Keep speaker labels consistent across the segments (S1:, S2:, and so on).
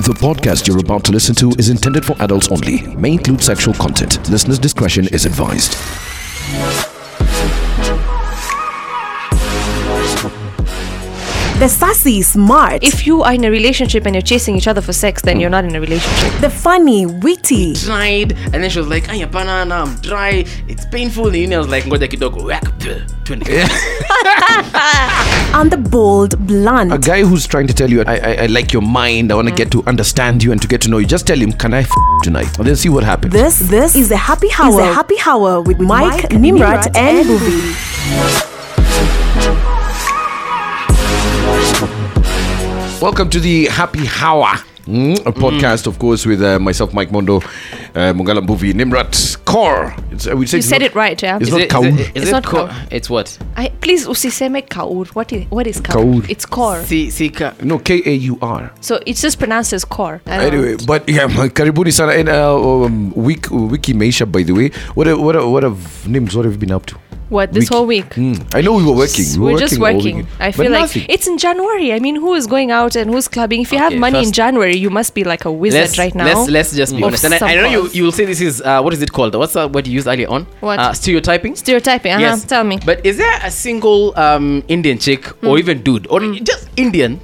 S1: The podcast you're about to listen to is intended for adults only, may include sexual content. Listener's discretion is advised.
S2: The sassy, smart,
S3: If you are in a relationship and you're chasing each other for sex,
S4: Mm.
S3: then you're not in a relationship.
S2: the funny, witty,
S4: tried and then she was like aya banana i'm dry it's painful nini i was like ngoja kidogo Whack, pff, twende.
S2: and the bold, blunt.
S5: a guy who's trying to tell you, I, I, I like your mind, I want to get to understand you and to get to know you, just tell him, can I f- tonight? And then see what happens.
S2: This this is the happy hour. Is the happy hour with Mike, Nimrat, and Bhuvi.
S5: Welcome to the Happy Hour. Mm, a podcast, of course, with uh, myself, Mike Mondo, uh, Mungala Mbuvi, Nimrat Kaur. It's, uh, we said
S3: You
S5: it's
S3: said
S5: not-
S3: it right, yeah.
S5: It's
S3: Is
S5: not
S4: it-
S5: Kaur.
S4: is it- is
S3: It's
S4: it
S3: not
S4: ko-
S3: kaur.
S4: it's what
S3: I, please usiseme kaur. What is what is kaur?
S5: Kaur.
S3: It's core.
S4: si si ka
S5: No, K A U R.
S3: So it's just pronounced as core. I don't know.
S5: Anyway, but yeah, karibuni sana. And uh, um, week, wiki Meisha, by the way. What have, what have, what have names? What have you been up to?
S3: What this whole week?
S5: Mm. I know we were working. We
S3: We're
S5: were
S3: just
S5: all
S3: working.
S5: weekend.
S3: I
S5: But
S3: feel like
S5: nothing.
S3: it's in January. I mean, who is going out and who's clubbing? If you have
S4: Okay,
S3: money in
S4: first-
S3: January, you must be like a wizard
S4: let's,
S3: right now.
S4: let's let's just be
S3: Of
S4: honest and I, I
S3: some
S4: know you
S3: cause.
S4: you will say this is uh, what is it called what's that word you used earlier on
S3: What?
S4: uh, stereotyping
S3: Stereotyping. Uh-huh.
S4: Yes.
S3: Tell me. Hmm.
S4: But is there a single um, Indian chick or even dude or just Indian?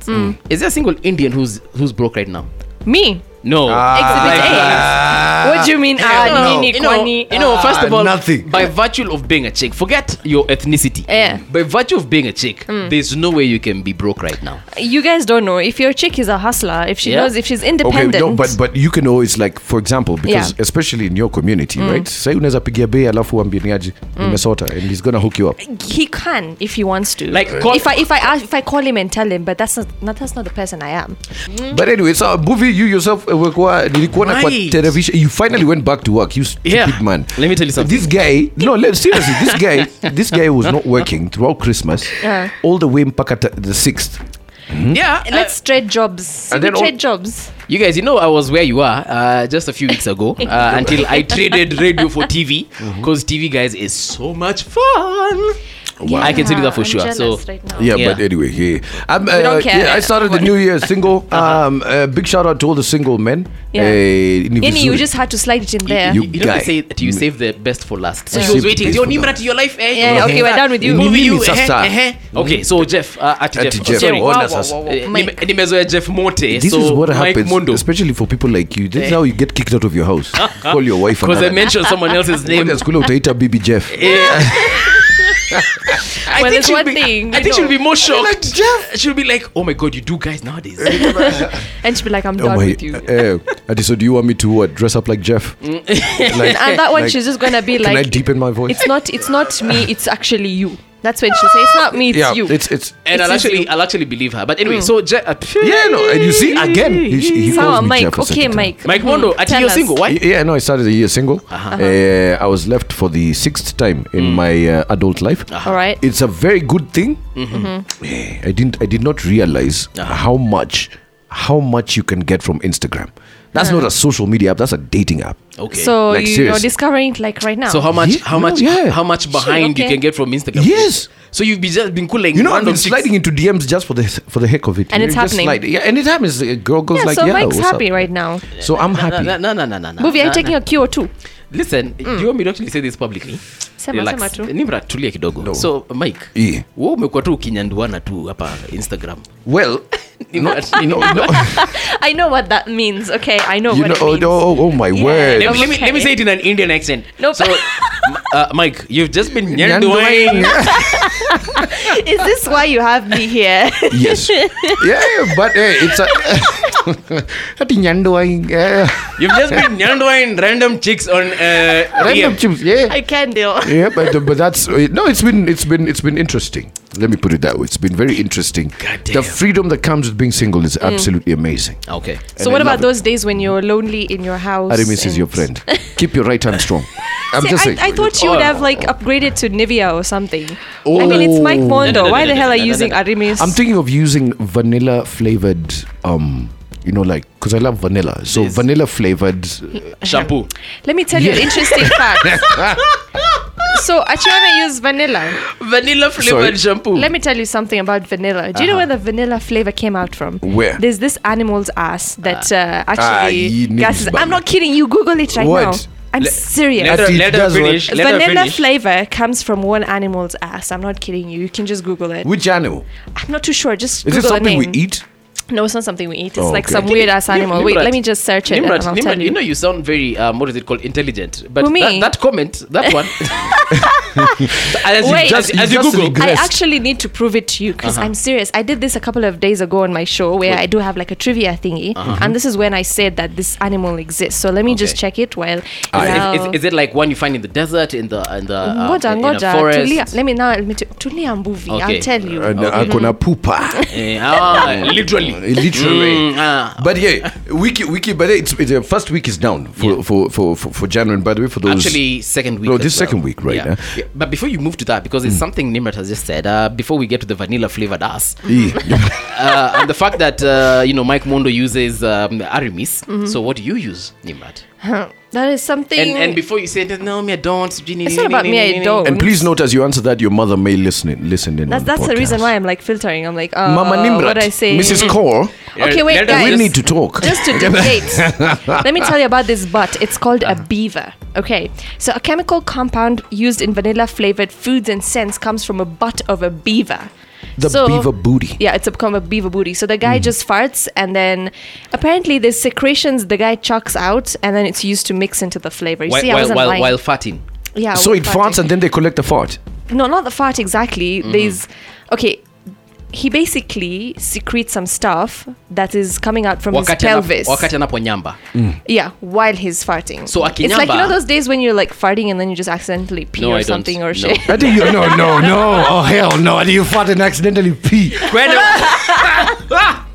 S4: Is there a single Indian who's who's broke right now? Ah.
S3: me.
S4: No.
S5: Ah,
S3: Exhibit A. What do you mean? Ah,
S4: You know,
S3: nini,
S4: you know,
S3: kwani? Ah,
S4: you know, first of all,
S5: nothing.
S4: by virtue of being a chick, forget your ethnicity. Mm.
S3: Yeah. Mm.
S4: By virtue of being a chick, there's no way you can be broke right now.
S3: You guys don't know. If your chick is a hustler, if she
S4: Yeah.
S3: knows, if she's
S5: Okay,
S3: independent.
S5: no, but but you can always like for example because
S3: Yeah. Mm.
S5: especially in your community, right? Say unaweza pigia bei alafu uambie ni aje nimesota and he's going to hook you up.
S3: he can if he wants to.
S4: Like, call-
S3: if I if I ask, if I call him and tell him, but that's not, not that's not the person I am.
S5: But anyway, so Buvi you yourself uh, ulikuwa nilikuona kwa
S4: Right.
S5: television you finally went back to work. You stupid
S4: Yeah.
S5: man.
S4: Let me tell you something.
S5: This guy, no, let, seriously, this guy this guy was not working throughout Christmas
S3: Yeah.
S5: all the way mpaka ta- the 6th.
S4: Yeah.
S3: Hmm? Uh,
S4: uh,
S3: Let's trade jobs.
S5: and
S3: We
S5: then all-
S3: trade jobs.
S4: You guys, you know, I was where you are uh, just a few weeks ago uh, until I traded radio for TV
S5: Mm-hmm.
S4: because TV, guys, is so much fun. I can tell you that for
S3: I'm
S4: sure. So,
S3: jealous right now.
S5: Yeah,
S4: Yeah.
S5: but anyway, yeah. I'm, uh,
S3: don't care. Uh-huh.
S5: yeah, I started the new year single. Um, uh, big shout out to all the single men.
S3: Yeah.
S5: Eh, ni
S3: Any, you
S5: vizuri.
S3: just had to slide it in there.
S4: you, you know,
S5: guy.
S4: they say that you save the best for last. So
S5: Yeah.
S4: she was
S5: Save the
S4: waiting.
S5: best
S4: Yo,
S5: for
S4: Nimrat,
S5: last.
S4: your life. Eh?
S3: Yeah, yeah, okay, we're done with you.
S4: Movie
S5: Mimi
S4: you. Eh,
S5: sasa.
S4: eh, eh. Okay, so Jeff, uh, at Jeff.
S5: Ati
S4: Oh,
S5: Jeff,
S4: sorry.
S5: ona
S3: wow,
S5: sasa.
S3: wow, wow.
S4: Eh,
S3: Mike.
S4: nime- nimezoea Jeff Mote.
S5: This
S4: so
S5: is what
S4: Mike
S5: happens,
S4: Mondo.
S5: especially for people like you. This is how you get kicked out of your house. Call your wife.
S4: Because I
S5: another
S4: mentioned someone else's
S5: day.
S4: name.
S5: Ngoja skule utaita bibi Jeff.
S4: I
S3: Well,
S4: think
S3: there's
S4: she'll
S3: one
S4: be,
S3: thing,
S4: I
S3: you
S4: think she'll
S3: know.
S4: be more shocked. She'll be like, "Oh my God, you do guys nowadays."
S3: And she'd be like, I'm
S5: Oh
S3: done
S5: my.
S3: with you.
S5: eh, Ati, so do you want me to what? Dress up like Jeff? Like,
S3: Mm. and that one,
S5: like,
S3: she's just gonna be
S5: Can I
S3: like,
S5: deepen my voice?
S3: it's not it's not me, it's actually you. That's when she'll say, it's not me, it's
S5: yeah,
S3: you.
S5: it's it's.
S4: and I'll
S3: It's
S4: actually,
S3: easy.
S4: I'll actually believe her. But anyway, so Je- uh,
S5: Mm. Yeah, no. And you see again, he, he
S3: Sawa,
S5: calls me
S3: Mike.
S5: Jeff. a
S3: Okay,
S5: second time.
S3: Mike. Uh-huh.
S4: Mike
S3: Hmm,
S4: Mondo, I think
S3: tell
S4: you're
S3: us.
S4: single. Why?
S5: Y- Yeah, no, I started the year single. Eh, I was left for the sixth time in
S3: Mm.
S5: my uh, adult life.
S3: All right.
S5: It's a very good thing.
S3: Mm-hmm.
S5: Eh, I didn't. I did not realize
S3: Uh-huh.
S5: how much, how much you can get from Instagram. That's
S3: Uh-huh.
S5: not a social media app. That's a dating app.
S4: Okay.
S3: So
S5: Like,
S3: you, you're
S5: seriously.
S3: discovering it like right now.
S4: So how much?
S5: Yeah,
S4: how
S5: no,
S4: much?
S5: yeah.
S4: How much behind you
S3: okay.
S4: can get from Instagram?
S5: Yes.
S4: So you've been just been cooling.
S5: You know, I've been sliding into DMs just for the for the heck of it.
S3: And
S5: You
S3: it's
S5: just
S3: happening.
S5: slide- Yeah, and it happens. A girl goes
S3: yeah,
S5: like,
S3: so
S5: "Yeah,
S3: Mike's
S5: what's
S3: happy
S5: up?"
S3: right now.
S5: So I'm happy.
S4: No, no, no, no, no.
S3: Movie, are you taking a cue or two?
S4: Listen, do you want me to actually say this publicly?
S3: Sema,
S4: Relax.
S3: sema tu.
S4: Nimra, tulia kidogo.
S5: No.
S4: So Mike,
S5: Yeah.
S4: wewe umekuwa tu ukinyanduana tu hapa Instagram.
S5: Well, not,
S4: Nimrat,
S5: no, no,
S3: I know what that means. Okay, I know
S5: you
S3: what
S5: know,
S3: it
S5: oh,
S3: means.
S5: oh, oh my word.
S4: Let me, let, me, let me say it in an Indian accent.
S3: No,
S4: So,
S3: but-
S4: m- uh, Mike, you've just been
S5: Nyanduaing.
S4: nyanduaing.
S3: Is this why you have me here?
S5: yes. Yeah, yeah, but hey, it's a. Hati nyandoing. Yeah.
S4: You've just been nyanduaing random chicks on uh,
S5: Random
S4: DM.
S5: chips. Yeah.
S3: I can deal.
S5: yeah, but uh, but that's no. It's been it's been it's been interesting. Let me put it that way. It's been very interesting. The
S4: damn.
S5: freedom that comes with being single is
S3: Mm.
S5: absolutely amazing.
S4: Okay.
S3: So
S5: I
S3: what about
S5: love it.
S3: those days when you're lonely in your house?
S5: Aramis is
S3: and-
S5: your friend. Keep your right hand strong. I'm
S3: See,
S5: just saying.
S3: I, I thought you would
S4: Oh.
S3: have like upgraded to Nivea or something. I mean, it's Mike
S5: Oh.
S3: Mondo.
S4: No, no, no,
S3: Why
S4: no,
S3: the
S4: no,
S3: hell
S4: no,
S3: are
S4: no,
S3: you
S4: no,
S3: using
S4: no.
S3: Aramis?
S5: I'm thinking of using vanilla flavored um You know, like because I love vanilla, so
S4: There's-
S5: vanilla flavored.
S4: shampoo.
S3: Let me tell you an interesting fact. so Achieve used vanilla.
S4: Vanilla
S5: Sorry?
S4: flavored shampoo.
S3: Let me tell you something about vanilla. Do you know where the vanilla flavor came out from?
S5: Uh-huh. Where?
S3: There's this animal's ass that uh,
S5: Ah,
S3: actually
S5: you need
S3: gases.
S5: to-
S3: I'm not kidding you. Google it right
S5: What?
S3: now. I'm
S4: Le-
S3: serious.
S4: Let her,
S5: Ati,
S4: let her
S5: that's what-
S4: finish. Let her
S3: vanilla
S4: finish.
S3: flavor comes from one animal's ass. I'm not kidding you. You can just Google it.
S5: Which animal?
S3: I'm not too sure. Just
S5: Is
S3: Google
S5: it something
S3: the
S5: we
S3: name.
S5: eat?
S3: No, it's not something we eat. It's
S5: Oh,
S3: like
S5: okay.
S3: some weird ass animal. Wait,
S4: Nimrat.
S3: let me just search it
S4: Nimrat,
S3: and I'll
S4: Nimrat,
S3: tell you.
S4: you know you sound very um, what is it called intelligent but
S3: Who, me?
S4: That, that comment that one as you
S3: Wait.
S4: just
S5: You
S4: as you
S5: just
S4: google
S5: regret-
S3: I
S5: Rest.
S3: actually need to prove it to you because
S4: Uh-huh.
S3: I'm serious. I did this a couple of days ago on my show where I do have like a trivia thingy, and this is when I said that this animal exists. So let me just
S4: Uh-huh. Okay. Ah,
S3: check it while.
S4: is,
S3: now-
S4: is, is it like one you find in the desert in the in the uh,
S3: Ngoja,
S4: in, in
S3: ngoja,
S4: a forest
S3: tulia. Let me now. Let me t- tulia mbuvi.
S4: Okay.
S3: I'll tell you. Mm-hmm.
S5: And uh, akona pooper.
S4: Eh, ah, literally
S5: Literally.
S4: Mm, ah.
S5: But yeah, wiki wiki. But it's, it's the first week is down for, for, for, for, for January. And by the way, for those
S4: actually second week
S5: No,
S4: as
S5: this
S4: well.
S5: second week, right, Hmm.
S4: yeah.
S5: eh?
S4: Yeah, but before you move to that because it's something nimrat has just said uh, before we get to the vanilla flavored ass
S5: E,
S4: uh, and the fact that uh, you know mike mondo uses um, aramis
S3: Mm-hmm.
S4: so what do you use nimrat
S3: That is something.
S4: and and before you say no me i don't it's
S3: It's not about me, I don't.
S5: and please note as you answer that your mother may listen in, listen in.
S3: that's
S5: on
S3: that's the reason
S5: podcast.
S3: why I'm like filtering. I'm like, uh,
S5: Mama Nimrat,
S3: what I say.
S5: Mrs. Core,
S3: Okay, wait,
S4: Let us
S3: guys.
S5: we
S4: just-
S5: need to talk.
S3: just to debate. Let me tell you about this butt. It's called a beaver. Okay, so a chemical compound used in vanilla flavored foods and scents comes from a butt of a beaver.
S5: The beaver booty. Mm.
S3: Yeah, it's become a beaver booty. So the guy just farts, and then apparently there's secretions the guy chucks out, and then it's used to mix into the flavor. You
S4: while,
S3: see, I
S4: while,
S3: wasn't
S4: while,
S3: lying.
S4: while farting
S3: yeah.
S5: so
S3: while
S5: it farts
S3: farting.
S5: and then they collect the fart.
S3: No, not the fart exactly.
S4: Mm-hmm.
S3: There's okay. He basically secretes some stuff that is coming out from his
S4: wakati ana-
S3: pelvis.
S4: wakati anaponyamba
S3: Yeah, while he's farting.
S4: So
S3: it's like you
S4: akinyamba-
S3: know those days when you're like farting and then you just accidentally pee
S4: No, I
S3: or
S4: don't.
S3: something or
S4: No.
S3: shit.
S5: I think you no no no oh hell no I think you fart and accidentally pee.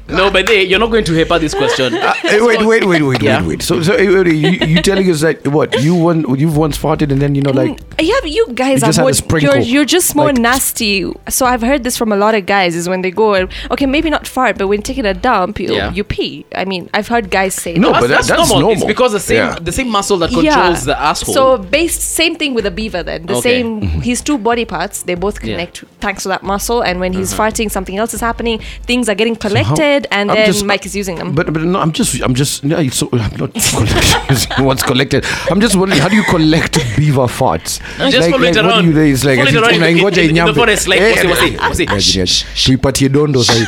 S4: no but they, you're not going to hepa this question
S5: Hey, wait wait wait wait
S4: Yeah.
S5: wait wait. So so hey, wait, you you telling us that what you one you've once farted and then you know
S3: Mm,
S5: like
S3: yeah, but you guys
S5: You just had
S3: are more,
S5: a sprinkle.
S3: you're, you're just more
S5: Like-
S3: nasty. So I've heard this from a lot of guys is when they go and okay, maybe not fart, but when taking a dump, you,
S4: Yeah.
S3: you pee. I mean, I've heard guys say
S5: No,
S3: that.
S5: but that- that's
S4: It's
S5: normal.
S4: because the same
S5: Yeah.
S4: the same muscle that controls the asshole.
S3: So based same thing with a beaver then. The
S4: Okay. Mm-hmm.
S3: same his two body parts, they both connect thanks to that muscle and when
S4: Mm-hmm.
S3: he's farting something else is happening, things are getting
S5: how-
S3: collected and
S5: I'm
S3: then
S5: just-
S3: Mike is using them.
S5: But but no I'm just I'm just no it's so I'm not collecting what's collected. I'm just wondering how do you collect beaver farts?
S4: just follow it
S5: What
S4: around.
S5: do you it's like
S4: Follow it around in the-
S5: unaingoja
S4: in the- in the
S5: inyambe.
S4: forest, like,
S5: Eh,
S4: wasi- wasi- wasi.
S5: imagine it. Tuipatie dondo sahi.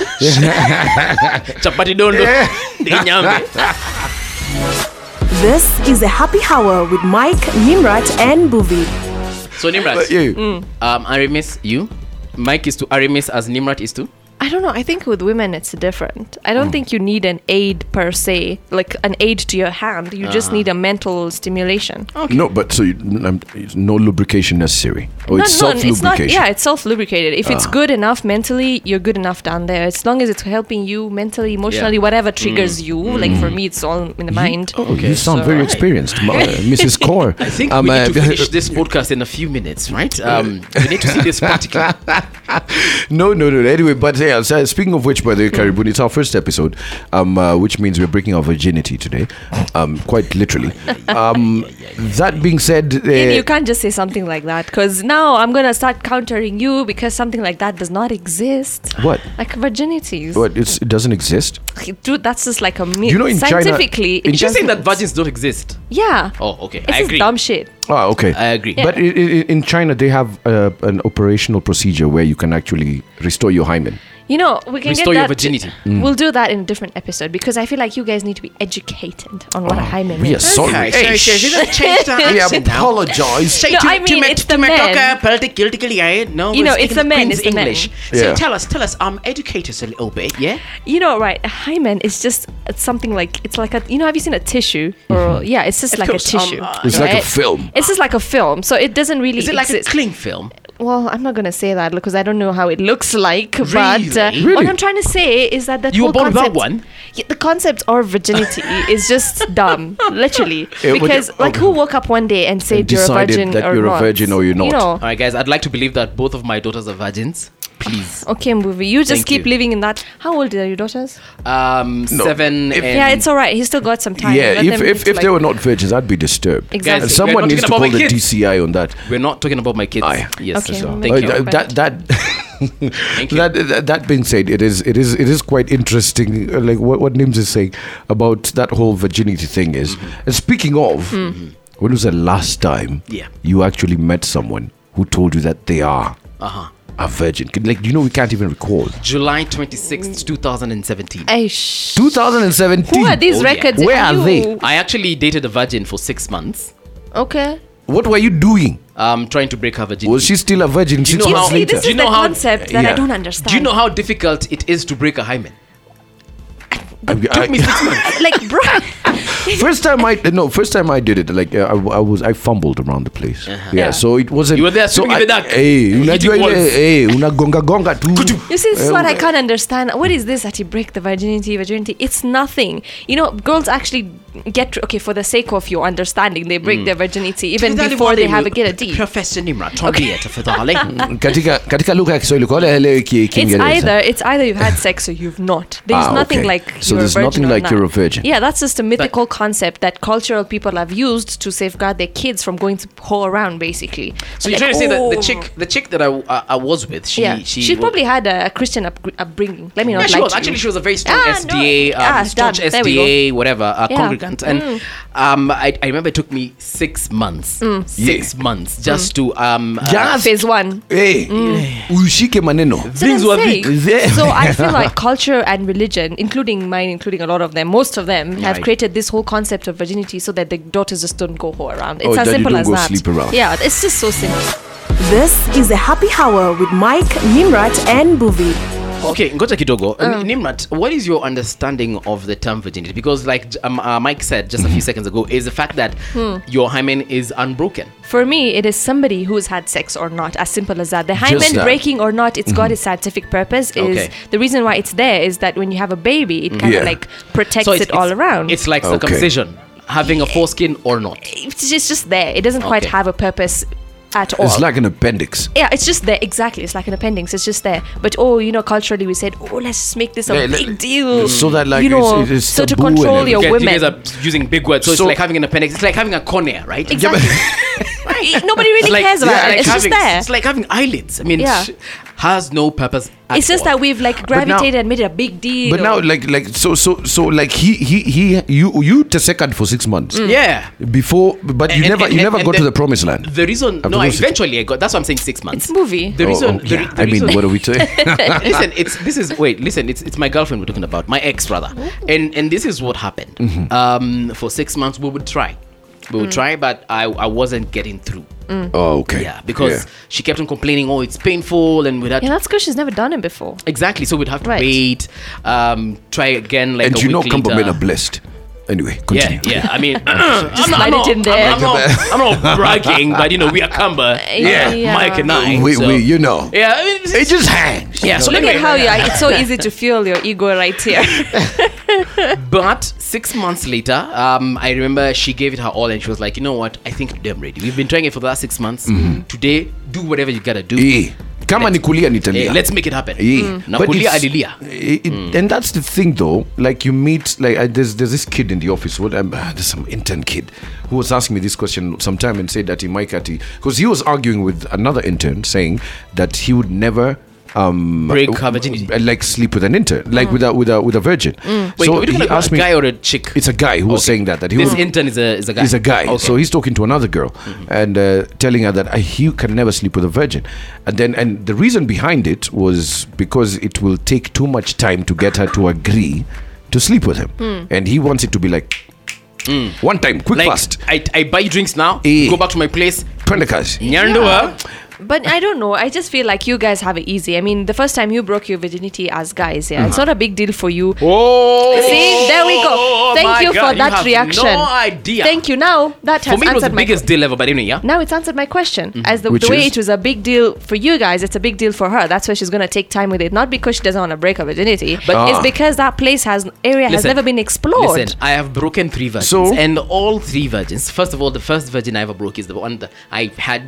S4: chapati dondo Inyambe.
S2: This is a happy hour with Mike, Nimrat, and Booby.
S4: so nimrat
S5: But yeah.
S4: um aramis you mike is to aramis as nimrat is to
S3: I don't know. I think with women it's different. I
S4: Mm.
S3: don't think you need an aid per se, like an aid to your hand. You
S4: Ah.
S3: just need a mental stimulation.
S5: No, but so you, um, it's no lubrication necessary. Or it's
S3: No,
S5: self
S3: no,
S5: lubrication.
S3: yeah, it's self-lubricated. If
S4: Ah.
S3: it's good enough mentally, you're good enough down there. As long as it's helping you mentally, emotionally, whatever
S4: Mm.
S3: triggers you. Like for me, it's all in the mind.
S5: Oh, you sound very experienced, Ma- uh, Um, Mrs. Core.
S4: i think we
S5: uh,
S4: need to finish this podcast in a few minutes right um we need to see this particular
S5: no, no, no. Anyway, but yeah, so speaking of which, by the way, Karibun, it's our first episode, um, uh, which means we're breaking our virginity today, um, quite literally. Um, that being said, uh,
S3: And you can't just say something like that because now I'm gonna start countering you because something like that does not exist.
S5: what?
S3: Like virginities,
S5: What? It's, it doesn't exist?
S3: dude. That's just like a myth.
S5: you know in China-
S3: scientifically,
S5: in
S3: it
S4: she's saying
S3: doesn't-
S4: that virgins don't exist
S3: Yeah.
S4: Oh, okay.
S3: It's
S4: I
S3: just
S4: agree.
S3: dumb shit.
S5: Ah, okay.
S4: I agree.
S5: But i i in China, they have uh, an operational procedure where you can actually restore your hymen.
S3: You know, we can get
S4: Restore your
S3: that. Mm.
S4: virginity.
S5: Mm.
S3: We'll do that in a different episode because I feel like you guys need to be educated on what a hymen
S5: Oh, We are
S3: is.
S5: sorry.
S6: Sorry, sorry,
S5: Hey,
S6: sorry. Should I change that?
S5: we apologize.
S6: Say
S3: No,
S6: to,
S3: I
S6: to
S3: mean,
S6: my,
S3: it's
S6: to
S3: the
S6: my
S3: men.
S6: talker, politically, politically, eh? No,
S3: You know, it's
S6: speaking
S3: the men,
S6: Queen's
S3: it's the men.
S6: English.
S5: Yeah.
S6: So tell us, tell us, um, educate us a little bit, yeah?
S3: You know, right? A hymen is just it's something like it's like a you know have you seen a tissue or yeah it's just
S6: Of
S3: like
S6: course,
S3: a
S6: um,
S3: tissue.
S6: uh,
S5: Mm-hmm. It's like a
S3: right?
S5: film.
S3: It's just like a film, so it doesn't really
S6: Is it like a
S3: exist.
S6: cling film?
S3: well, I'm not gonna say that because I don't know how it looks like. But uh,
S6: Really?
S3: what I'm trying to say is that the
S4: You were
S3: whole
S4: born without
S3: concept,
S4: one?
S3: Yeah, the concept of virginity is just dumb, literally.
S5: Yeah, but-
S3: because like, who woke up one day and said
S5: And
S3: you're a
S5: decided
S3: virgin
S5: that
S3: or
S5: you're a
S3: not?
S5: virgin or you're
S3: You
S5: not.
S3: know,
S4: All right, guys. I'd like to believe that both of my daughters are virgins. please.
S3: Okay, movie. You just
S4: Thank
S3: keep
S4: you.
S3: living in that. How old are your daughters?
S4: Um, seven.
S5: If-
S4: and
S3: yeah, it's all right. He's still got some time.
S5: yeah,
S3: Let
S5: if,
S3: them
S5: if, if
S3: like-
S5: they were not virgins, I'd be disturbed.
S3: Exactly.
S5: And
S4: Guys, we're
S5: someone
S4: not
S5: needs to
S4: talking
S5: call
S4: about
S5: the
S4: my kids.
S5: DCI on that.
S4: We're not talking about my kids.
S5: Aye.
S4: Yes,
S3: Okay,
S4: so
S3: well,
S4: thank
S5: Uh,
S3: Thank
S4: you.
S3: you.
S5: that that, that,
S4: you.
S5: that that that being said, it is it is it is quite interesting. uh, Like what what Nims is saying about that whole virginity thing is.
S4: Mm-hmm.
S5: And speaking of, when was the last time
S4: Yeah.
S5: you actually met someone who told you that they are a virgin? Can- Like you know, we can't even recall.
S4: Uh-huh. July
S3: Mm.
S4: 26th, 2017.
S3: Hey, shh.
S5: 2017.
S3: Who are these
S4: Oh, yeah.
S3: records?
S5: Where are
S3: You-
S5: they?
S4: I actually dated a virgin for six months,
S3: Okay.
S5: What were you doing?
S4: um, trying to break her virginity.
S5: Was she still a virgin
S4: Do you
S5: six
S4: know
S5: months
S4: how-
S3: See,
S5: later?
S3: this
S4: Do you
S3: is the
S4: know how-
S3: concept that I
S5: Yeah.
S3: don't understand.
S4: Do you know how difficult it is to break a hymen?
S5: I- I-
S4: Took me six months.
S3: Like, bro.
S5: first time I uh, no, first time I did it. Like uh, I, I was, I fumbled around the place. Yeah,
S3: Yeah.
S5: so it wasn't.
S4: You were there
S5: so
S4: swimming in
S5: I-
S4: the dark.
S5: Hey,
S4: You
S5: unajua
S4: did
S5: ile,
S4: once.
S5: hey, unagonga gonga tu.
S3: You see, this is
S5: Eh,
S3: what I
S5: una-
S3: can't understand. What is this that you break the virginity, virginity? It's nothing. You know, girls actually get okay for the sake of your understanding. They
S5: Mm.
S3: break their virginity even before they have a get a D.
S6: Professor Nimra, tuambie tafadhali.
S5: katika katika lugha ya Kiswahili kwa wale elewi ki-
S3: It's
S5: Kiingereza.
S3: either it's either you've had sex or you've not. There's
S5: Ah,
S3: nothing
S5: okay.
S3: like
S5: So
S3: you're
S5: there's
S3: a virgin
S5: nothing
S3: or
S5: like
S3: not.
S5: you're a virgin.
S3: Yeah, that's just a mythical concept that cultural people have used to safeguard their kids from going to whore around, basically.
S4: So you're trying to say that
S5: Oh.
S4: the chick, the chick that I, I, I was with, she,
S3: yeah,
S4: she,
S3: she, probably had a Christian upgr- upbringing. Let me not
S4: Yeah,
S3: lie
S4: she was
S3: to
S4: actually
S3: you.
S4: she was a very strong
S3: Ah, no.
S4: SDA, um,
S3: Ah,
S4: staunch
S3: done. There we go.
S4: SDA, whatever uh,
S3: Yeah. Mm.
S4: congregant, and um, I, I remember it took me six months,
S3: Mm.
S4: six months just to um, uh,
S5: Just-
S3: Ah, Phase one.
S5: Hey, ushike maneno.
S3: Mm. So
S4: Things
S3: that's
S4: were
S3: sick.
S5: big.
S3: So I feel like culture and religion, including mine, including a lot of them, most of them have
S4: Right.
S3: created this whole concept of virginity so that the daughters just don't go whore around. It's
S5: Oh,
S3: as
S5: that you
S3: simple
S5: don't
S3: as
S5: go
S3: that.
S5: sleep around.
S3: Yeah, it's just so simple.
S2: This is a happy hour with Mike, Nimrat, and Buvi.
S4: Okay, ngoja kidogo.
S3: Uh.
S4: N- Nimrat, what is your understanding of the term virginity? Because like j- um, uh, Mike said just a
S5: Mm-hmm.
S4: few seconds ago, is the fact that
S3: Hmm.
S4: your hymen is unbroken.
S3: For me, it is somebody who's had sex or not. As simple as that. The hymen
S5: that. Mm-hmm.
S3: breaking or not, it's got its scientific purpose. Is
S4: Okay.
S3: the reason why it's there is that when you have a baby, it kind of
S5: Yeah.
S3: like protects
S4: it's,
S3: it all
S4: it's-
S3: around.
S4: It's like
S5: Okay.
S4: circumcision, having a foreskin or not.
S3: it's just, just there. It doesn't quite
S4: Okay.
S3: have a purpose at all.
S5: It's like an appendix.
S3: yeah, it's just there. Exactly, it's like an appendix. It's just there. But oh, you know, culturally we said, oh, let's just make this a
S5: Yeah, let-
S3: big deal,
S5: So that, like,
S3: you
S5: it's-
S3: know,
S5: it is
S3: so to
S5: taboo and
S3: control your
S4: Okay,
S3: women.
S4: You guys are using big words, so,
S5: So-
S4: it's like having an appendix. It's like having a cornea, right?
S3: exactly. Nobody really cares about it. It's
S4: having,
S3: just there.
S4: It's like having eyelids. I mean,
S3: Yeah.
S4: sh- has no purpose. At
S3: it's just
S4: all.
S3: that we've like
S5: now-
S3: gravitated and made it a big deal.
S5: But now, like, like, so, so, so, like, he, he, he, you, you tesecond for six months.
S3: Mm.
S4: Yeah.
S5: Before, but you
S4: And-
S5: never,
S4: and-
S5: you
S4: and-
S5: never
S4: and
S5: got to
S4: the-
S5: the promised land.
S4: The reason,
S5: After
S4: no, I,
S5: those six-
S4: eventually I got. That's what I'm saying. Six months.
S3: it's movie.
S4: The
S5: Oh,
S4: reason,
S5: oh,
S4: the,
S5: yeah.
S4: re- the
S5: I
S4: reason,
S5: mean, what are we saying?
S4: listen, it's this is wait, listen, it's it's my girlfriend we're talking about, my ex rather,
S3: Mm-hmm.
S4: and and this is what happened.
S5: Mm-hmm.
S4: Um, for six months we would try, we
S3: Mm.
S4: would try, but I I wasn't getting through.
S5: oh, okay.
S4: Yeah, because she kept on complaining, oh, it's painful, and we'd have
S3: Yeah,
S4: to
S3: that's because she's never done it before.
S4: Exactly. So we'd have to
S3: Right.
S4: wait, um, try again. Like
S5: and
S4: a
S5: you know,
S4: week
S5: Kamba men
S4: later.
S5: are blessed. Anyway,
S4: uh, Yeah,
S5: continue.
S4: yeah. I mean, I'm, not,
S3: slide
S4: I'm,
S3: it
S4: not,
S3: in there.
S4: I'm, not, I'm not bragging, but you know, we are Kamba.
S3: Yeah. Yeah.
S4: Mike and I.
S5: We,
S4: so-
S5: we, you know,
S4: Yeah, I mean, it's-
S5: it just hangs.
S4: yeah. So
S3: Look
S4: anyway,
S3: at how you are. It's so easy to fuel your ego right here.
S4: But six months later, um, I remember she gave it her all, and she was like, "You know what? I think today I'm ready. We've been trying it for the last six months.
S5: Mm-hmm.
S4: Today, do whatever you gotta do.
S5: Eh, Kama ni kulia
S4: Eh,
S5: nitalia.
S4: let's make it happen.
S5: Yeah.
S4: Na
S3: Mm.
S5: But
S4: kulia
S5: it's- eh,
S4: alilia. Mm.
S5: it- it- And that's the thing, though. Like you meet, like I, there's there's this kid in the office. What um, ah, there's some intern kid who was asking me this question sometime and said that he might because he was arguing with another intern saying that he would never. Um,
S4: Break her virginity. Mm.
S5: uh, Like sleep with an intern, like with a with a with a virgin.
S4: Wait,
S5: So
S4: are we talking
S5: he
S4: about
S5: asked
S4: a
S5: me,
S4: guy or a chick?
S5: it's a guy who was
S4: Okay.
S5: saying that that he
S4: this
S5: would,
S4: intern is a is a guy.
S5: He's a guy.
S4: Okay. Mm-hmm.
S5: So he's talking to another girl and uh, telling her that uh, he can never sleep with a virgin. And then, and the reason behind it was because it will take too much time to get her to agree to sleep with him. And he wants it to be like one time, quick,
S4: Hmm. like,
S5: fast.
S4: I, I buy drinks now.
S5: Eh.
S4: Go back to my place.
S5: Twende kazi.
S4: Nyandua.
S3: But I don't know. I just feel like you guys have it easy. I mean, the first time you broke your virginity as guys, yeah, it's not a big deal for you.
S4: Uh-huh. Oh,
S3: See, there we go. Thank
S4: my
S3: you for
S4: God,
S3: that
S4: have
S3: reaction.
S4: No idea.
S3: Thank you. Now that
S4: For
S3: has
S4: me, it was the
S3: answered my Mm,
S4: biggest deal ever. But anyway, yeah.
S3: now it's answered my question. As the,
S5: Mm-hmm. Which
S3: the way
S5: is?
S3: it was a big deal for you guys, it's a big deal for her. That's why she's gonna take time with it, not because she doesn't want to break her virginity, but it's
S5: Ah.
S3: because that place has area has
S4: Listen,
S3: never been explored.
S4: Listen, I have broken three virgins,
S5: So?
S4: and all three virgins. First of all, the first virgin I ever broke is the one that I had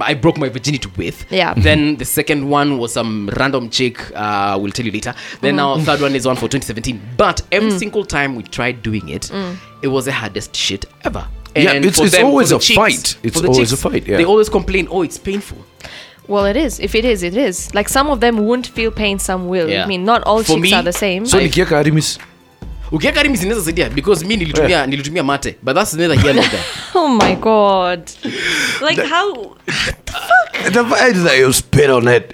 S4: I broke my virginity with.
S3: Yeah.
S4: Then the second one was some random chick. Uh, we'll tell you later. Then
S3: Mm-hmm.
S4: now third one is one for 2017. But every
S3: Mm.
S4: single time we tried doing it, it was the hardest shit ever.
S5: Yeah, it's-
S4: for
S5: it's
S4: for
S5: always
S4: the
S5: a fight.
S4: for
S5: It's
S4: the
S5: always a fight, yeah.
S4: They always complain, oh, it's painful.
S3: Well, it is. If it is, it is. Like some of them won't feel pain, some will.
S4: Yeah.
S3: I mean, not all
S4: For
S3: chicks
S4: me,
S3: are the same.
S5: so nikiweka arimis
S4: ukiweka rimi zinaweza saidia because mi nilitumia,
S5: Eh.
S4: nilitumia mate but that's neither here nor there.
S3: oh my god! Like how?
S5: the vibes that you spit on it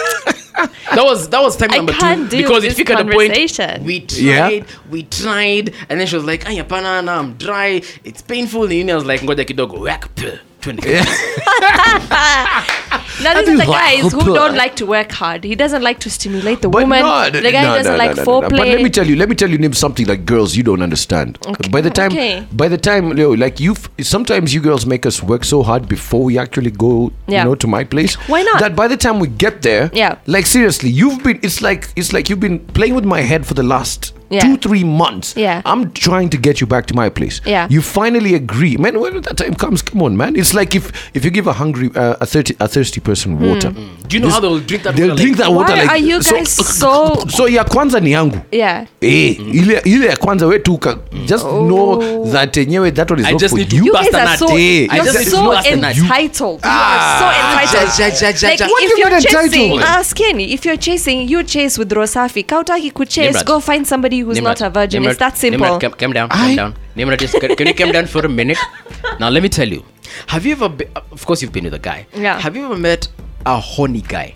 S4: that was that was time
S3: I
S4: number
S3: can't
S4: two
S3: deal
S4: because
S3: with
S4: it
S3: this
S4: figured a point
S3: conversation.
S4: we tried
S5: Yeah.
S4: we tried and then she was like "Aya, pana, now I'm dry it's painful and then I was like ngoja kidogo whack puh, twende."
S5: Eh.
S3: Now these
S5: do
S3: are the
S5: you like-
S3: guys who don't like to work hard. He doesn't like to stimulate the
S5: but
S3: woman.
S5: no,
S3: the guy
S5: no,
S3: doesn't
S5: no,
S3: like
S5: no, no, no.
S3: foreplay.
S5: But let me tell you, let me tell you, name something like girls you don't understand. By the time,
S3: Okay.
S5: by the time, Leo, like you, sometimes you girls make us work so hard before we actually go,
S3: Yeah.
S5: you know, to my place.
S3: Why not?
S5: That by the time we get there,
S3: Yeah.
S5: like seriously, you've been. It's like it's like you've been playing with my head for the last.
S3: Yeah.
S5: Two three months.
S3: Yeah.
S5: I'm trying to get you back to my place.
S3: Yeah.
S5: you finally agree, man. When that time comes, come on, man. It's like if if you give a hungry, uh, a thirsty, a thirsty person water,
S4: Mm. do you know how they'll drink that
S5: they'll
S4: water,
S5: drink
S4: like,
S5: that water.
S3: Why
S5: like,
S3: are you guys so?
S5: uh, so ya kwanza ni yangu
S3: Yeah. Oh.
S5: Eh, ile ile ya kwanza we tu ka- just know that enyewe that one is
S4: I
S5: not
S4: just
S5: for
S4: need to
S5: you
S3: You guys are
S4: Bastard.
S3: so
S5: Eh, I
S3: you're
S5: just-
S3: so
S4: it's not bastard.
S3: entitled. You are so entitled.
S4: Ah, Ja, ja, ja,
S3: Like
S4: ja.
S5: What do
S3: if
S5: you
S3: you're
S5: mean
S3: chasing,
S5: entitled?
S3: ask Kenny. If you're chasing, you chase with Rosafi. Kautaki could chase.
S4: Nimrat.
S3: Go find somebody who's
S4: Nimrat,
S3: not a virgin.
S4: Nimrat,
S3: It's that simple.
S4: Nimrat, calm, calm down, calm
S5: I-
S4: down. Nimrat, just, can, can you calm down for a minute? Now, let me tell you. Have you ever been, of course, you've been with a guy.
S3: Yeah.
S4: Have you ever met a horny guy?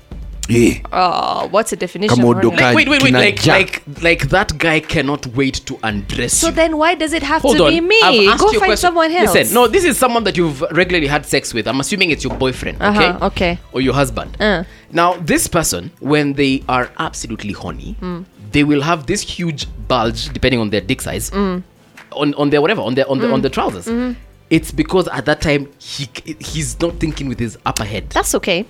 S5: Eh,
S3: Oh, what's the definition?
S5: Kama
S3: Ronnie?
S5: udoka- Like,
S4: wait, wait, wait. Like,
S5: Kinaja.
S4: like, like that guy cannot wait to undress
S3: So
S4: you.
S3: then, why does it have
S4: Hold
S3: to
S4: on.
S3: be me?
S4: I've asked
S3: Go
S4: you a
S3: find
S4: question.
S3: someone else.
S4: Listen, no, this is someone that you've regularly had sex with. I'm assuming it's your boyfriend,
S3: Uh-huh,
S4: okay?
S3: okay.
S4: Or your husband.
S3: Uh.
S4: Now, this person, when they are absolutely horny,
S3: Mm.
S4: they will have this huge bulge, depending on their dick size,
S3: Mm.
S4: on, on their whatever, on their on the on the trousers.
S3: Mm-hmm.
S4: It's because at that time he c- he's not thinking with his upper head.
S3: That's okay.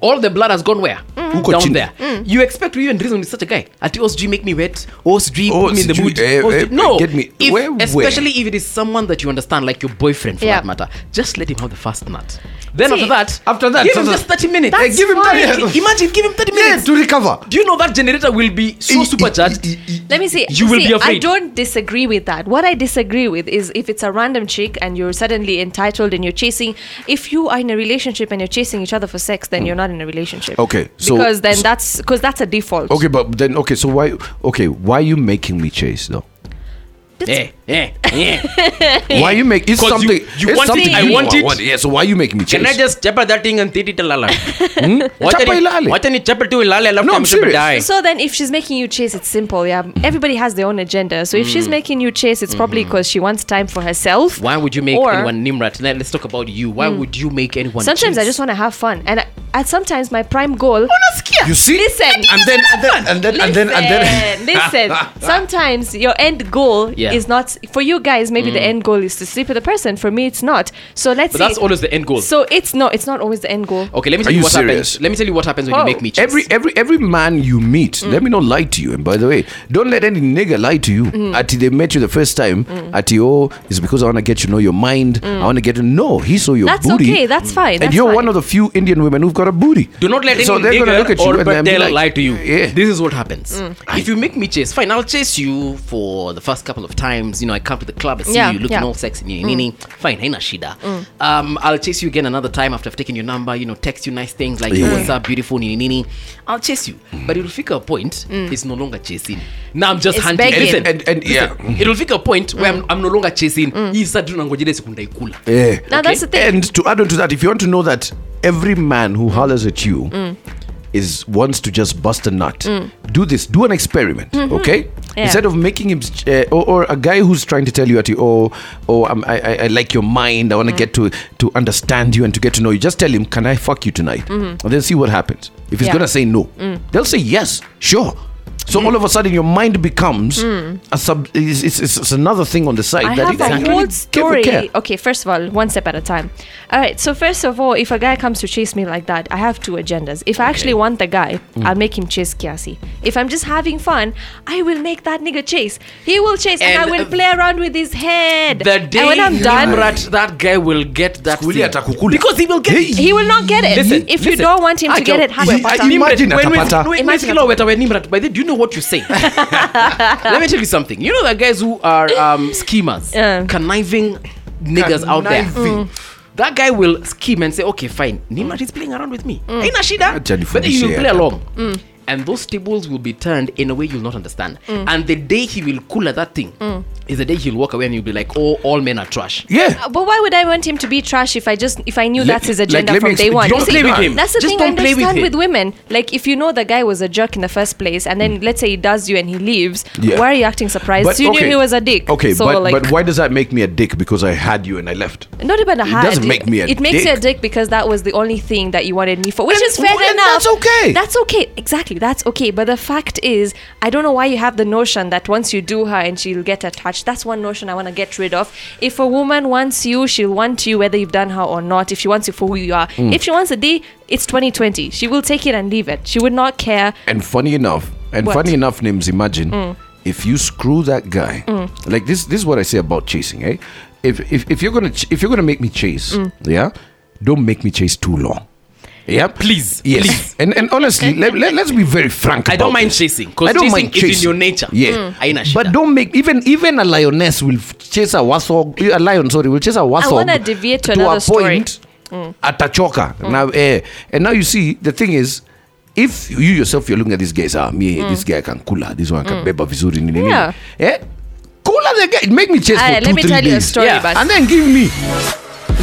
S4: All the blood has gone where?
S3: Mm.
S5: Huko
S4: Down
S5: chini.
S4: there. You expect to even reason with such a guy. Ati oh, sijui make me wet. Oh, sijui
S5: Oh,
S4: put me in the
S5: sijui,
S4: mood.
S5: eh,
S4: Oh,
S5: eh,
S4: sijui- no.
S5: get me-
S4: If-
S5: where, where?
S4: especially if it is someone that you understand, like your boyfriend for
S3: Yeah.
S4: that matter. Just let him have the first nut. Then
S3: See,
S4: after that,
S5: after that,
S4: give him
S5: after-
S4: just 30 minutes.
S5: That's Eh, give him 30 fine.
S4: minutes. Imagine, give him 30
S5: yeah,
S4: minutes.
S5: to recover
S4: Do you know that generator will be so supercharged?
S3: Let me see.
S4: You will
S3: See,
S4: be afraid.
S3: I don't disagree with that. What I disagree with is if it's a random chick and you're suddenly entitled and you're chasing. If you are in a relationship and you're chasing each other for sex, then you're not in a relationship.
S5: Okay, so-
S3: because then
S5: so-
S3: that's because that's a default.
S5: okay but then okay so why okay why are you making me chase though
S4: Eh, eh, eh.
S5: why you make it's
S4: 'Cause you-
S5: something
S4: you
S5: it's
S4: want it,
S5: something
S4: I
S5: you
S4: want it.
S5: yeah so why are you making me chase
S4: Can I just chapa that thing and tit it lala? Hmm? Wacha
S5: Chapa
S4: ni-
S5: ilale.
S4: wacha ni chapa tu ilale alafu
S5: No, I'm
S4: kama should
S5: serious.
S4: die.
S3: So then, if she's making you chase, it's simple. Yeah,
S5: Mm-hmm.
S3: everybody has their own agenda. So if
S5: Mm.
S3: she's making you chase, it's probably because she wants time for herself.
S4: Why would you make
S3: Or- Hmm.
S4: anyone Nimrat? Let, let's talk about you. Why would you make anyone?
S3: Sometimes I
S4: cheese?
S3: just want to have fun, and I, I sometimes my prime goal.
S5: you see
S3: Listen.
S5: and then and then and then and then, Ah. and then
S3: listen. Sometimes your end goal
S4: Yeah.
S3: is not for you guys. Maybe the end goal is to sleep with a person. For me, it's not. So let's.
S4: But
S3: see.
S4: that's always the end goal.
S3: So it's no. It's not always the end goal.
S4: Okay, let me
S5: Are
S4: tell you,
S5: you
S4: what
S5: serious?
S4: happens. Let me tell you what happens when
S3: Oh.
S4: you make me cheese.
S5: Every every every man you meet,
S4: Mm.
S5: let me not lie to you. And by the way, don't let any nigga lie to you.
S4: Mm.
S5: Until they met you the first time, until oh, it's because I want to get to know your mind.
S4: Mm.
S5: I want to get to know. He saw your
S3: That's
S5: booty.
S3: okay. That's fine.
S5: and
S3: that's
S5: you're
S3: fine.
S5: one of the few Indian women who've got a booty.
S4: Do not let
S5: so
S4: any
S5: they're gonna
S4: nigger
S5: look at you
S4: or
S5: and then be
S4: Patel
S5: like,
S4: lie to you.
S5: Yeah.
S4: This is what happens.
S3: Hmm.
S4: If you make me chase, fine, I'll chase you for the first couple of times. You know, I come to the club, I see
S3: Yeah,
S4: you looking
S3: yeah. Hmm.
S4: all sexy, nini, nini. Fine, haina shida. Um, I'll chase you again another time after I've taken your number. You know, text you nice things like
S5: Yeah. Hmm.
S4: what's up, beautiful, nini, nini. I'll chase you, but it'll figure a point. It's no longer chasing. Now I'm
S3: Hmm.
S4: just
S3: It's
S4: hunting.
S3: begging.
S4: Listen,
S5: and, and yeah.
S4: it'll figure a point where
S3: Mm.
S4: I'm, I'm no longer chasing. Hii sasa tu nangojea ile siku ndaikula.
S5: Yeah.
S3: Now that's the thing.
S5: Eh. And to add on to that, if you want to know that every man who hollers at you
S3: Mm.
S5: is wants to just bust a nut, do this. Do an experiment, okay?
S3: Mm-hmm. Yeah.
S5: Instead of making him, uh, or, or a guy who's trying to tell you at you, oh, oh, I'm, I, I, I like your mind. I want to
S3: Mm.
S5: get to to understand you and to get to know you. Just tell him, can I fuck you tonight? And then see what happens. If he's
S3: Mm-hmm. Yeah. Mm.
S5: gonna say no, they'll say yes, sure. So all of a sudden, your mind becomes a sub. It's, it's, it's another thing on the side
S3: Mm. I
S5: that
S3: have
S5: you can't
S3: a whole
S5: really give a
S3: story.
S5: care.
S3: Okay, first of all, one step at a time. All right, so first of all, if a guy comes to chase me like that, I have two agendas. If I actually want the guy, I'll make him chase Kiasi. If I'm just having fun, I will make that nigga chase. He will chase and,
S4: And,
S3: I will
S4: uh,
S3: play around with his head.
S4: The day
S3: and when I'm done,
S4: Nimrat, that guy will get that
S5: Skuli
S4: thing.
S5: atakukula.
S4: because he will get it.
S3: he will not get it.
S4: Listen,
S3: if you
S4: listen.
S3: don't want him to get it, have
S5: he-
S3: a butter.
S5: I- Imagine
S4: when we-
S5: atapata.
S4: when we
S3: Imagine
S4: kill Oweta, when Nimrat, by the do you know what you say? Let me tell you something. You know the guys who are um, schemers,
S3: Yeah.
S4: conniving niggas out there. Mm. That guy will scheme and say, okay, fine, Nimrat is playing around with me.
S3: Mm.
S4: Aina
S5: Acha
S4: shida. But
S5: nifundishe
S4: you will play
S5: hapa.
S4: along. And those tables will be turned in a way you'll not understand.
S3: Mm.
S4: And the day he will cool at that thing is the day he'll walk away and you'll be like, oh, all men are trash.
S5: Yeah.
S3: Uh, But why would I want him to be trash if I just if I knew
S5: Let-
S3: that's his agenda
S5: like, let me
S3: from day
S5: expl-
S3: one?
S5: don't
S3: You
S5: play with him.
S3: That's the
S4: Just
S3: thing I
S4: don't play with
S3: understand
S4: him.
S3: with, women. Like if you know the guy was a jerk in the first place, and then let's say he does you and he leaves,
S5: Mm. Yeah.
S3: why are you acting surprised?
S5: But,
S3: you
S5: okay.
S3: knew he was a dick.
S5: Okay,
S3: so
S5: but,
S3: like,
S5: but why does that make me a dick because I had you and I left?
S3: not even a
S5: It
S3: hard.
S5: doesn't make me a
S3: It makes you a
S5: dick.
S3: dick because that was the only thing that you wanted me for, which is fair
S5: well, and
S3: enough.
S5: that's okay.
S3: That's okay. Exactly. That's okay. But the fact is, I don't know why you have the notion that once you do her and she'll get attached. That's one notion I want to get rid of. If a woman wants you, she'll want you whether you've done her or not. If she wants you for who you are,
S5: Hmm.
S3: if she wants a D, it's 2020. She will take it and leave it. She would not care.
S5: And funny enough, and
S3: What? Mm.
S5: funny enough, names imagine if you screw that guy. Like this, this is what I say about chasing, eh? If if, if you're gonna ch- if you're gonna make me chase,
S3: Mm.
S5: yeah, don't make me chase too long. Yeah,
S4: Please,
S5: Yes,
S4: please.
S5: and and honestly, let, let, us be very frank.
S4: I don't
S5: about
S4: mind
S5: this.
S4: chasing, 'cause
S5: I don't
S4: chasing
S5: mind
S4: is in
S5: chasing.
S4: your nature.
S5: Yeah,
S4: Mm. Haina shida.
S5: but don't make even even a lioness will f- chase a wasog, a lion. Sorry, will chase a wasog.
S3: wanna deviate to
S5: a
S3: another story.
S5: point Mm. atachoka
S3: Mm.
S5: now eh, and now you see the thing is if you yourself you're looking at these guys ah me this guy can cooler this one can beba vizuri nini nini
S3: Mm. Yeah.
S5: eh cooler the guy make me chase
S3: Ah,
S5: for two
S3: let me
S5: three
S3: tell
S5: days
S3: you a story,
S4: Yeah.
S3: but
S5: and then give me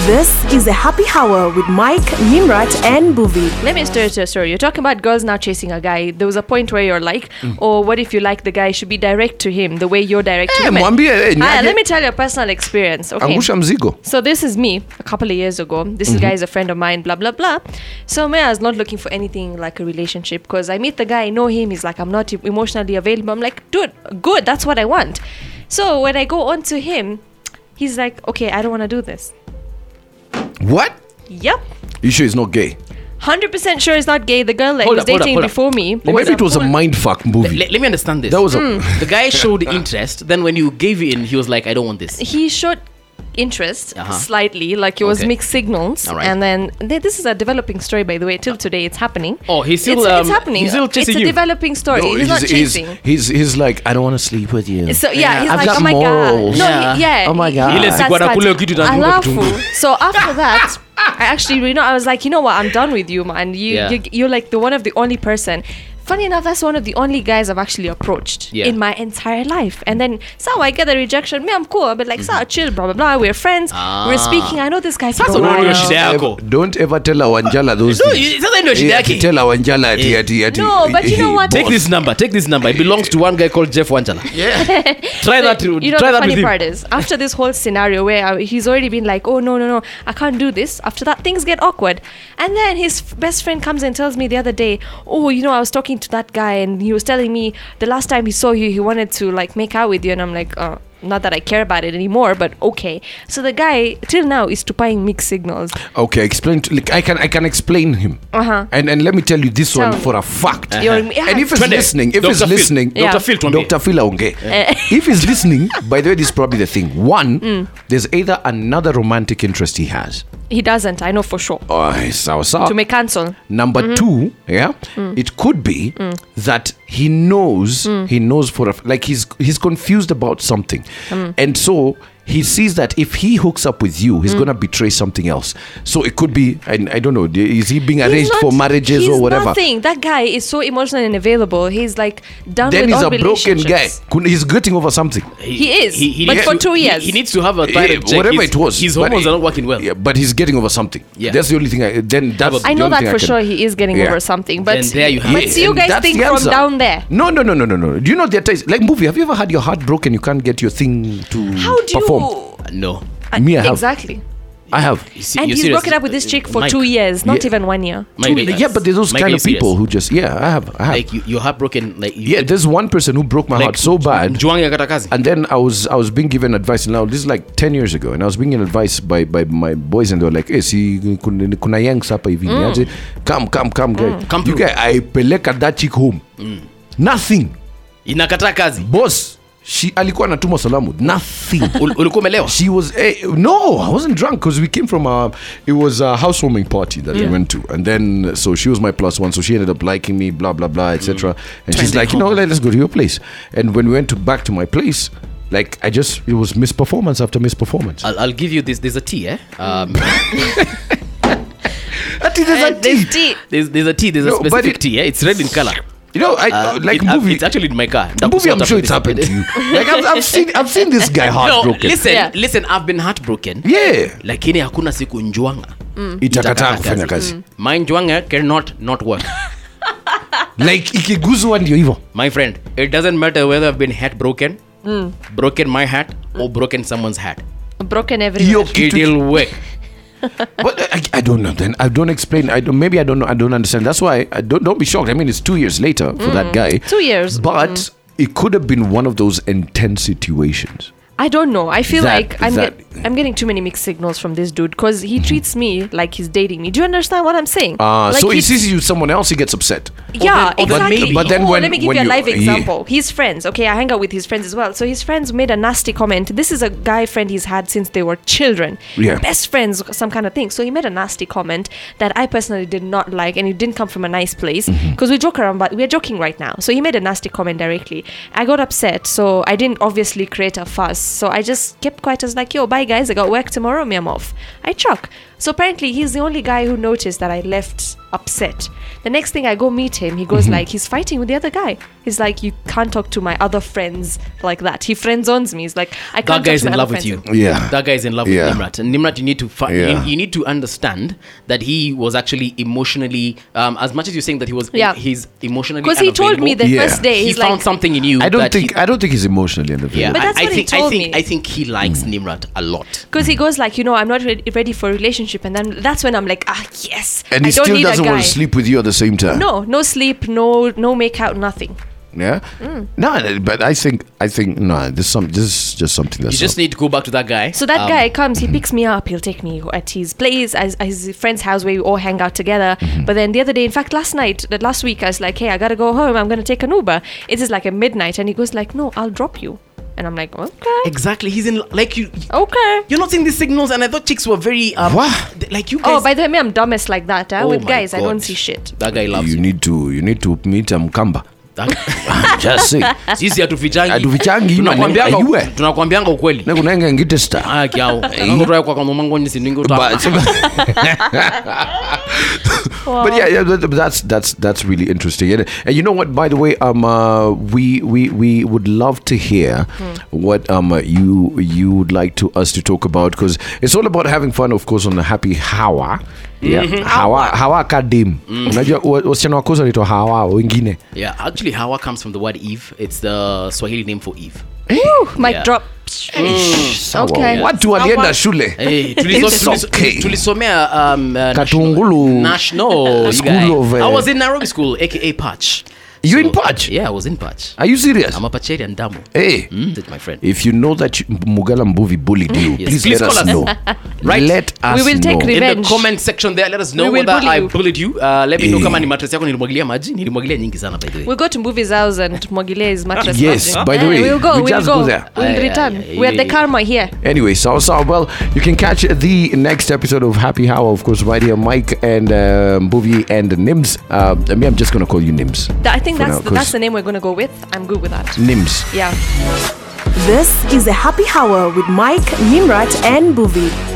S2: This is a happy hour with Mike, Nimrat, and Booby.
S3: Let me start your story. You're talking about girls now chasing a guy. There was a point where you're like,
S4: Mm.
S3: "Oh, what if you like the guy? You Should be direct to him the way you're direct
S5: Eh,
S3: to him."
S5: mwambie, eh,
S3: Ah,
S5: niaje.
S3: let me tell you a personal experience. Okay.
S5: angusha mzigo
S3: So this is me a couple of years ago. This
S4: Mm-hmm.
S3: guy is a friend of mine. Blah blah blah. So me, I was not looking for anything like a relationship because I meet the guy, I know him. He's like, I'm not e- emotionally available. I'm like, dude, good. That's what I want. So when I go on to him, he's like, okay, I don't want to do this.
S5: what
S3: Yep.
S5: you sure it's not gay
S3: Hundred percent sure he's not gay. The girl that he
S4: Hold
S3: was
S4: up, hold up,
S3: dating
S4: hold up.
S3: before me.
S5: or maybe it was a mind fuck movie
S4: Let, let me understand this.
S5: that was a
S3: Mm.
S4: the guy showed interest. Then when you gave in, he was like, "I don't want this."
S3: he showed interest
S4: Uh-huh.
S3: slightly, like it was
S4: Okay.
S3: mixed signals,
S4: All right. Uh,
S3: and then th- this is a developing story, by the way. Till today, it's happening.
S4: Oh, he's still,
S3: it's, it's
S4: um,
S3: happening.
S4: he's still
S3: it's
S4: chasing
S3: a
S4: you.
S3: developing story.
S5: No,
S3: he's, not chasing.
S5: he's, he's he's like I don't want to sleep with you
S3: so yeah, he's
S5: I've
S3: like,
S5: got
S3: oh my
S5: morals.
S3: god, no, yeah. He, yeah
S5: Oh my
S3: he-
S5: God.
S3: he-
S5: Ile
S3: that's
S4: sikuwa nakula
S3: that.
S4: kitu na nyumba
S3: Alafu,
S4: kitungu.
S3: so after that, I actually, you know, I was like, you know what, I'm done with you, man. You,
S4: Yeah.
S3: you you're like the one of the only person. Funny enough, that's one of the only guys I've actually approached
S4: Yeah.
S3: in my entire life. And then so I get the rejection. Me, I'm cool. But like, so chill, blah blah blah. We're friends. We're speaking. I know this guy. for a
S4: unaona
S3: while.
S4: shida yako.
S5: Ev- don't ever tell Awanjala those
S4: No,
S5: things.
S4: you- sasa ndio shida
S5: Eh,
S4: yake.
S5: tell Awanjala ati- ati- ati-
S3: No, but you know
S5: eh,
S3: what?
S5: boss.
S4: Take this number. Take this number. It belongs to one guy called Jeff Wanjala. Yeah. try that.
S3: But you know
S4: try
S3: the
S4: that with
S3: funny
S4: him.
S3: part is after this whole scenario where I- he's already been like oh no no no i can't do this after that things get awkward and then his f- best friend comes and tells me the other day oh you know i was talking to that guy and he was telling me the last time he saw you he wanted to like make out with you and i'm like oh not that I care about it anymore, but okay. So the guy till now is tupying mixed signals.
S5: Okay, explain. To, like, I can I can explain him.
S3: Uh-huh.
S5: And and let me tell you this
S3: Tell
S5: one
S3: me.
S5: for a fact.
S3: You're- yeah.
S5: And if he's
S4: Twende.
S5: listening, if
S4: Dr.
S5: he's
S4: Uh-huh. Phil.
S5: listening,
S3: Yeah. Eh.
S4: Dr. Phil, tuambie.
S5: Dr. Phil Aonge. if he's listening, by the way, this is probably the thing. One,
S3: Mm.
S5: there's either another romantic interest he has.
S3: He doesn't, I know for sure.
S5: Oh, sour, sour.
S3: To make cancel.
S5: Number
S3: Mm-hmm.
S5: two, yeah,
S3: Mm.
S5: it could be that he knows he knows for a f- like he's he's confused about something,
S3: Mm.
S5: and so he sees that if he hooks up with you,
S3: Mm.
S5: he's gonna betray something else. So it could be, and I don't know, d- is he being
S3: He's
S5: arranged
S3: not-
S5: for marriages or
S3: he's
S5: whatever?
S3: Nothing. That guy is so emotional and available. He's like done
S5: Then
S3: with
S5: he's
S3: all
S5: a broken guy.
S3: relationships.
S5: Couldn't- He's getting over something.
S3: He is, but
S4: needs
S3: for
S4: to-
S3: two
S4: he-
S3: years.
S4: He, needs to have a thyroid
S5: Eh,
S4: check.
S5: whatever
S4: His-
S5: it was,
S4: His
S5: but
S4: hormones
S5: he-
S4: are not working well.
S5: Yeah, but he's getting over something.
S4: Yeah.
S5: that's the only thing. I, then that's
S3: I
S5: the
S3: know
S5: only
S3: that
S5: thing I
S3: for
S5: can-
S3: sure he is getting
S5: Yeah.
S3: over something. But
S4: Then there you have
S3: but
S4: it.
S3: so you
S5: And
S3: guys
S5: that's
S3: think
S5: the
S3: from
S5: answer.
S3: down there.
S5: No, no, no, no, no, no. Do you know their taste? Like movie, have you ever had your heart broken? You can't get your thing to
S3: How do
S5: perform.
S3: you
S4: no.
S5: Me, I have.
S3: exactly?
S5: I have.
S4: Uh, See,
S3: and
S4: you're
S3: he's
S4: serious? Uh,
S3: broken up with this chick for
S4: Mike,
S3: two years, not
S5: Yeah.
S3: even one year.
S4: Mike, are you
S5: yeah, but there's those
S4: Mike, are
S5: kind
S4: you
S5: of people
S4: serious?
S5: who just yeah, I have, I have.
S4: like you, you're heartbroken. Like you,
S5: yeah, there's one person who broke my
S4: like,
S5: heart so bad.
S4: Juangi akata kazi.
S5: and then I was I was being given advice. Now this is like ten years ago, and I was being given advice by by my boys, and they were like, "Hey, see, kuna kuna yanks hapa hivi,
S3: Mm.
S5: niaje? come, come, come, guy,
S4: Come
S5: you
S4: through. Mm.
S5: guy, I peleka that chick home, nothing,
S4: inakataa kazi.
S5: boss." She alikuwa anatuma salamu, nothing.
S4: Ul- Ulikuwa umelewa.
S5: She was eh, no, I wasn't drunk because we came from a it was a housewarming party that we went to, and then so she was my plus one, so she ended up liking me, blah blah blah, etc. And she's like, you know, let us go to your place. And when we went to back to my place, like I just it was misperformance after misperformance.
S4: I'll, I'll give you this. There's a tea, eh? Um,
S3: And this tea-
S4: there's, there's a tea. There's
S5: No,
S4: a
S5: but
S4: specific
S5: it-
S4: tea, eh? It's red in color.
S5: you know, I
S4: Uh,
S5: like
S4: it- uh,
S5: movie.
S4: It's actually in my car. That was
S5: movie,
S4: what
S5: I'm sure it's happened to you. Like I've, I've seen, I've seen this guy heartbroken.
S4: No, listen,
S3: Yeah.
S4: listen. I've been heartbroken.
S5: yeah,
S4: Lakini hakuna siku njuanga.
S5: itakataa
S4: mm.
S5: kufanya kazi.
S4: My njuanga cannot not work.
S5: Like ikiguzwa ndio hivyo.
S4: My friend, it doesn't matter whether I've been heartbroken, broken my heart, or broken someone's heart.
S3: broken everywhere.
S5: Hiyo kitu
S4: It'll work.
S5: But I, I don't know. Then I don't explain. I don't. Maybe I don't know. I don't understand. That's why I don't. Don't be shocked. I mean, it's two years later for that guy.
S3: Mm. Two years. Mm.
S5: But it could have been one of those intense situations.
S3: I don't know. I feel
S5: That-
S3: like I'm
S5: that-
S3: get, I'm getting too many mixed signals from this dude because he
S5: Mm-hmm.
S3: treats me like he's dating me. Do you understand what I'm saying?
S5: Uh,
S3: like
S5: so he
S3: he's-
S5: sees you someone else, he gets upset.
S3: Yeah,
S4: then- or then
S3: exactly.
S4: maybe-
S5: but then
S3: oh,
S5: when-
S3: let me give
S5: when
S3: you a
S5: you-
S3: live
S5: yeah.
S3: example. His friends, okay, I hang out with his friends as well. So his friends made a nasty comment. This is a guy friend he's had since they were children.
S5: Yeah.
S3: Best friends, some kind of thing. So he made a nasty comment that I personally did not like and it didn't come from a nice place
S4: Mm-hmm.
S3: because we joke around, but we're joking right now. So he made a nasty comment directly. I got upset, so I didn't obviously create a fuss. So I just kept quiet. I was like, yo, bye guys, I got work tomorrow, me, I'm off. I chuck. So apparently he's the only guy who noticed that I left upset. The next thing I go meet him, he
S4: Mm-hmm.
S3: goes like he's fighting with the other guy. He's like, you can't talk to my other friends like that. He friend zones me. He's like, I
S4: That
S3: can't.
S4: guy's
S3: talk to my
S4: in
S3: other
S4: love with
S3: friends.
S4: you.
S5: Yeah.
S4: That guy's in love
S5: Yeah.
S4: with Nimrat. And Nimrat, you need to fi-
S5: Yeah.
S4: you, you need to understand that he was actually emotionally, um, as much as you're saying that he was,
S3: Yeah.
S4: he's emotionally.
S3: Because he told me the
S4: unavailable,
S5: Yeah.
S3: first day,
S4: he
S3: he's
S4: found
S3: like,
S4: something in you.
S5: I don't
S4: that
S5: think.
S4: He,
S5: I don't think he's emotionally unavailable.
S4: yeah,
S3: But
S4: I-
S3: that's
S4: I,
S3: what he
S4: think, I
S3: told
S4: think
S3: me.
S4: I think he likes
S5: Hmm.
S4: Nimrat a lot.
S3: Because he goes like, you know, I'm not re- ready for a relationship, and then that's when I'm like, ah, yes,
S5: And
S3: I
S5: he
S3: don't
S5: still
S3: need
S5: doesn't
S3: a guy.
S5: want to sleep with you at the same time.
S3: No, no sleep, no no make out, nothing.
S5: Yeah.
S3: Mm.
S5: No, but I think. I think. No, this is some. This is just something that's.
S4: You just need to go back to that guy.
S3: So that
S4: Um,
S3: guy comes, he picks me up, he'll take me at his place, at at his friend's house where we all hang out together.
S4: Mm-hmm.
S3: But then the other day, in fact, last night, that last week, I was like, hey, I gotta go home. I'm gonna take an Uber. It is like a midnight, and he goes like, no, I'll drop you. And I'm like, okay,
S4: Exactly. He's in like you.
S3: okay.
S4: You're not seeing these signals, and I thought chicks were very um,
S5: What?
S4: like you guys.
S3: Oh, by the way, me, I'm dumbest like that. Huh?
S4: Oh
S3: With
S4: my
S3: guys, I don't
S4: God.
S3: see shit.
S4: that guy loves
S5: You
S4: you.
S5: need to. You need to meet a mkamba.
S4: That-
S5: Just say.
S4: sisi hatufichangi.
S5: Hatufichangi,
S4: Tunakwambianga-
S5: man. Are you-
S4: tunakwambianga ukweli
S5: Na kunaenga ngite star.
S4: Ah, kyao. Ngotoa kwa kwa mwanangu ni siningi utoa.
S5: but, but yeah, yeah, that- that's that's that's really interesting. And, and you know what? By the way, um, uh, we we we would love to hear what um uh, you you would like to us to talk about because it's all about having fun, of course, on the happy hawa. Yeah, hawa hawa kadim.
S4: Mm.
S5: Unajua wa- wasichana wakosa wanaitwa hawa wengine.
S4: Yeah, actually Hawa comes from the word Eve. It's the Swahili name for Eve.
S3: Mic
S4: Yeah.
S3: drop.
S5: Sawa.
S3: Okay.
S5: Watu walienda shule.
S4: Hey, tuliso-
S5: It's
S4: tuliso-
S5: okay.
S4: tulisomea um, uh,
S5: Katungulu.
S4: national you
S5: School
S4: guy.
S5: of, uh,
S4: I was in Nairobi school aka Patch.
S5: You in Patch? Eh.
S4: Yeah, I was in Patch.
S5: Are you serious?
S4: I'm a Pacheri and Damu.
S5: Hey.
S4: Mm, that's my friend.
S5: If you know that you, Mugala Mbuvi bullied you, please,
S4: Yes. Please
S5: let us,
S4: call us.
S5: know.
S4: Right.
S5: Let us
S3: will take
S5: know.
S3: re-
S4: in the
S3: Revenge.
S4: comment section there let us know
S3: We will
S4: whether
S3: bully
S4: I
S3: you.
S4: bullied you. Uh, let me know
S5: Eh.
S4: kama ni matres yako nilimwagilia maji, nilimwagilia nyingi sana by the way.
S3: We'll go to movies house and Mogile's mattress.
S5: Yes,
S3: lodging.
S5: by the
S3: Eh,
S5: way,
S3: we'll go.
S5: we
S3: will
S5: just
S3: go.
S5: go there.
S3: We'll
S4: Ah, yeah,
S3: return.
S4: yeah, yeah,
S3: We're
S4: yeah,
S3: the
S4: yeah.
S3: karma here.
S5: Anyway, so, so well, you can catch the next episode of Happy Hour, of course, right here, Mike and uh, Mbuvi and Nims. Uh, I mean, I'm just gonna call you Nims.
S3: Th- I think
S5: For
S3: that's
S5: now,
S3: the,
S5: 'cause
S3: that's the name we're gonna go with. I'm good with that.
S5: Nims.
S3: Yeah.
S2: This is the happy hour with Mike, Nimrat, and Buvi.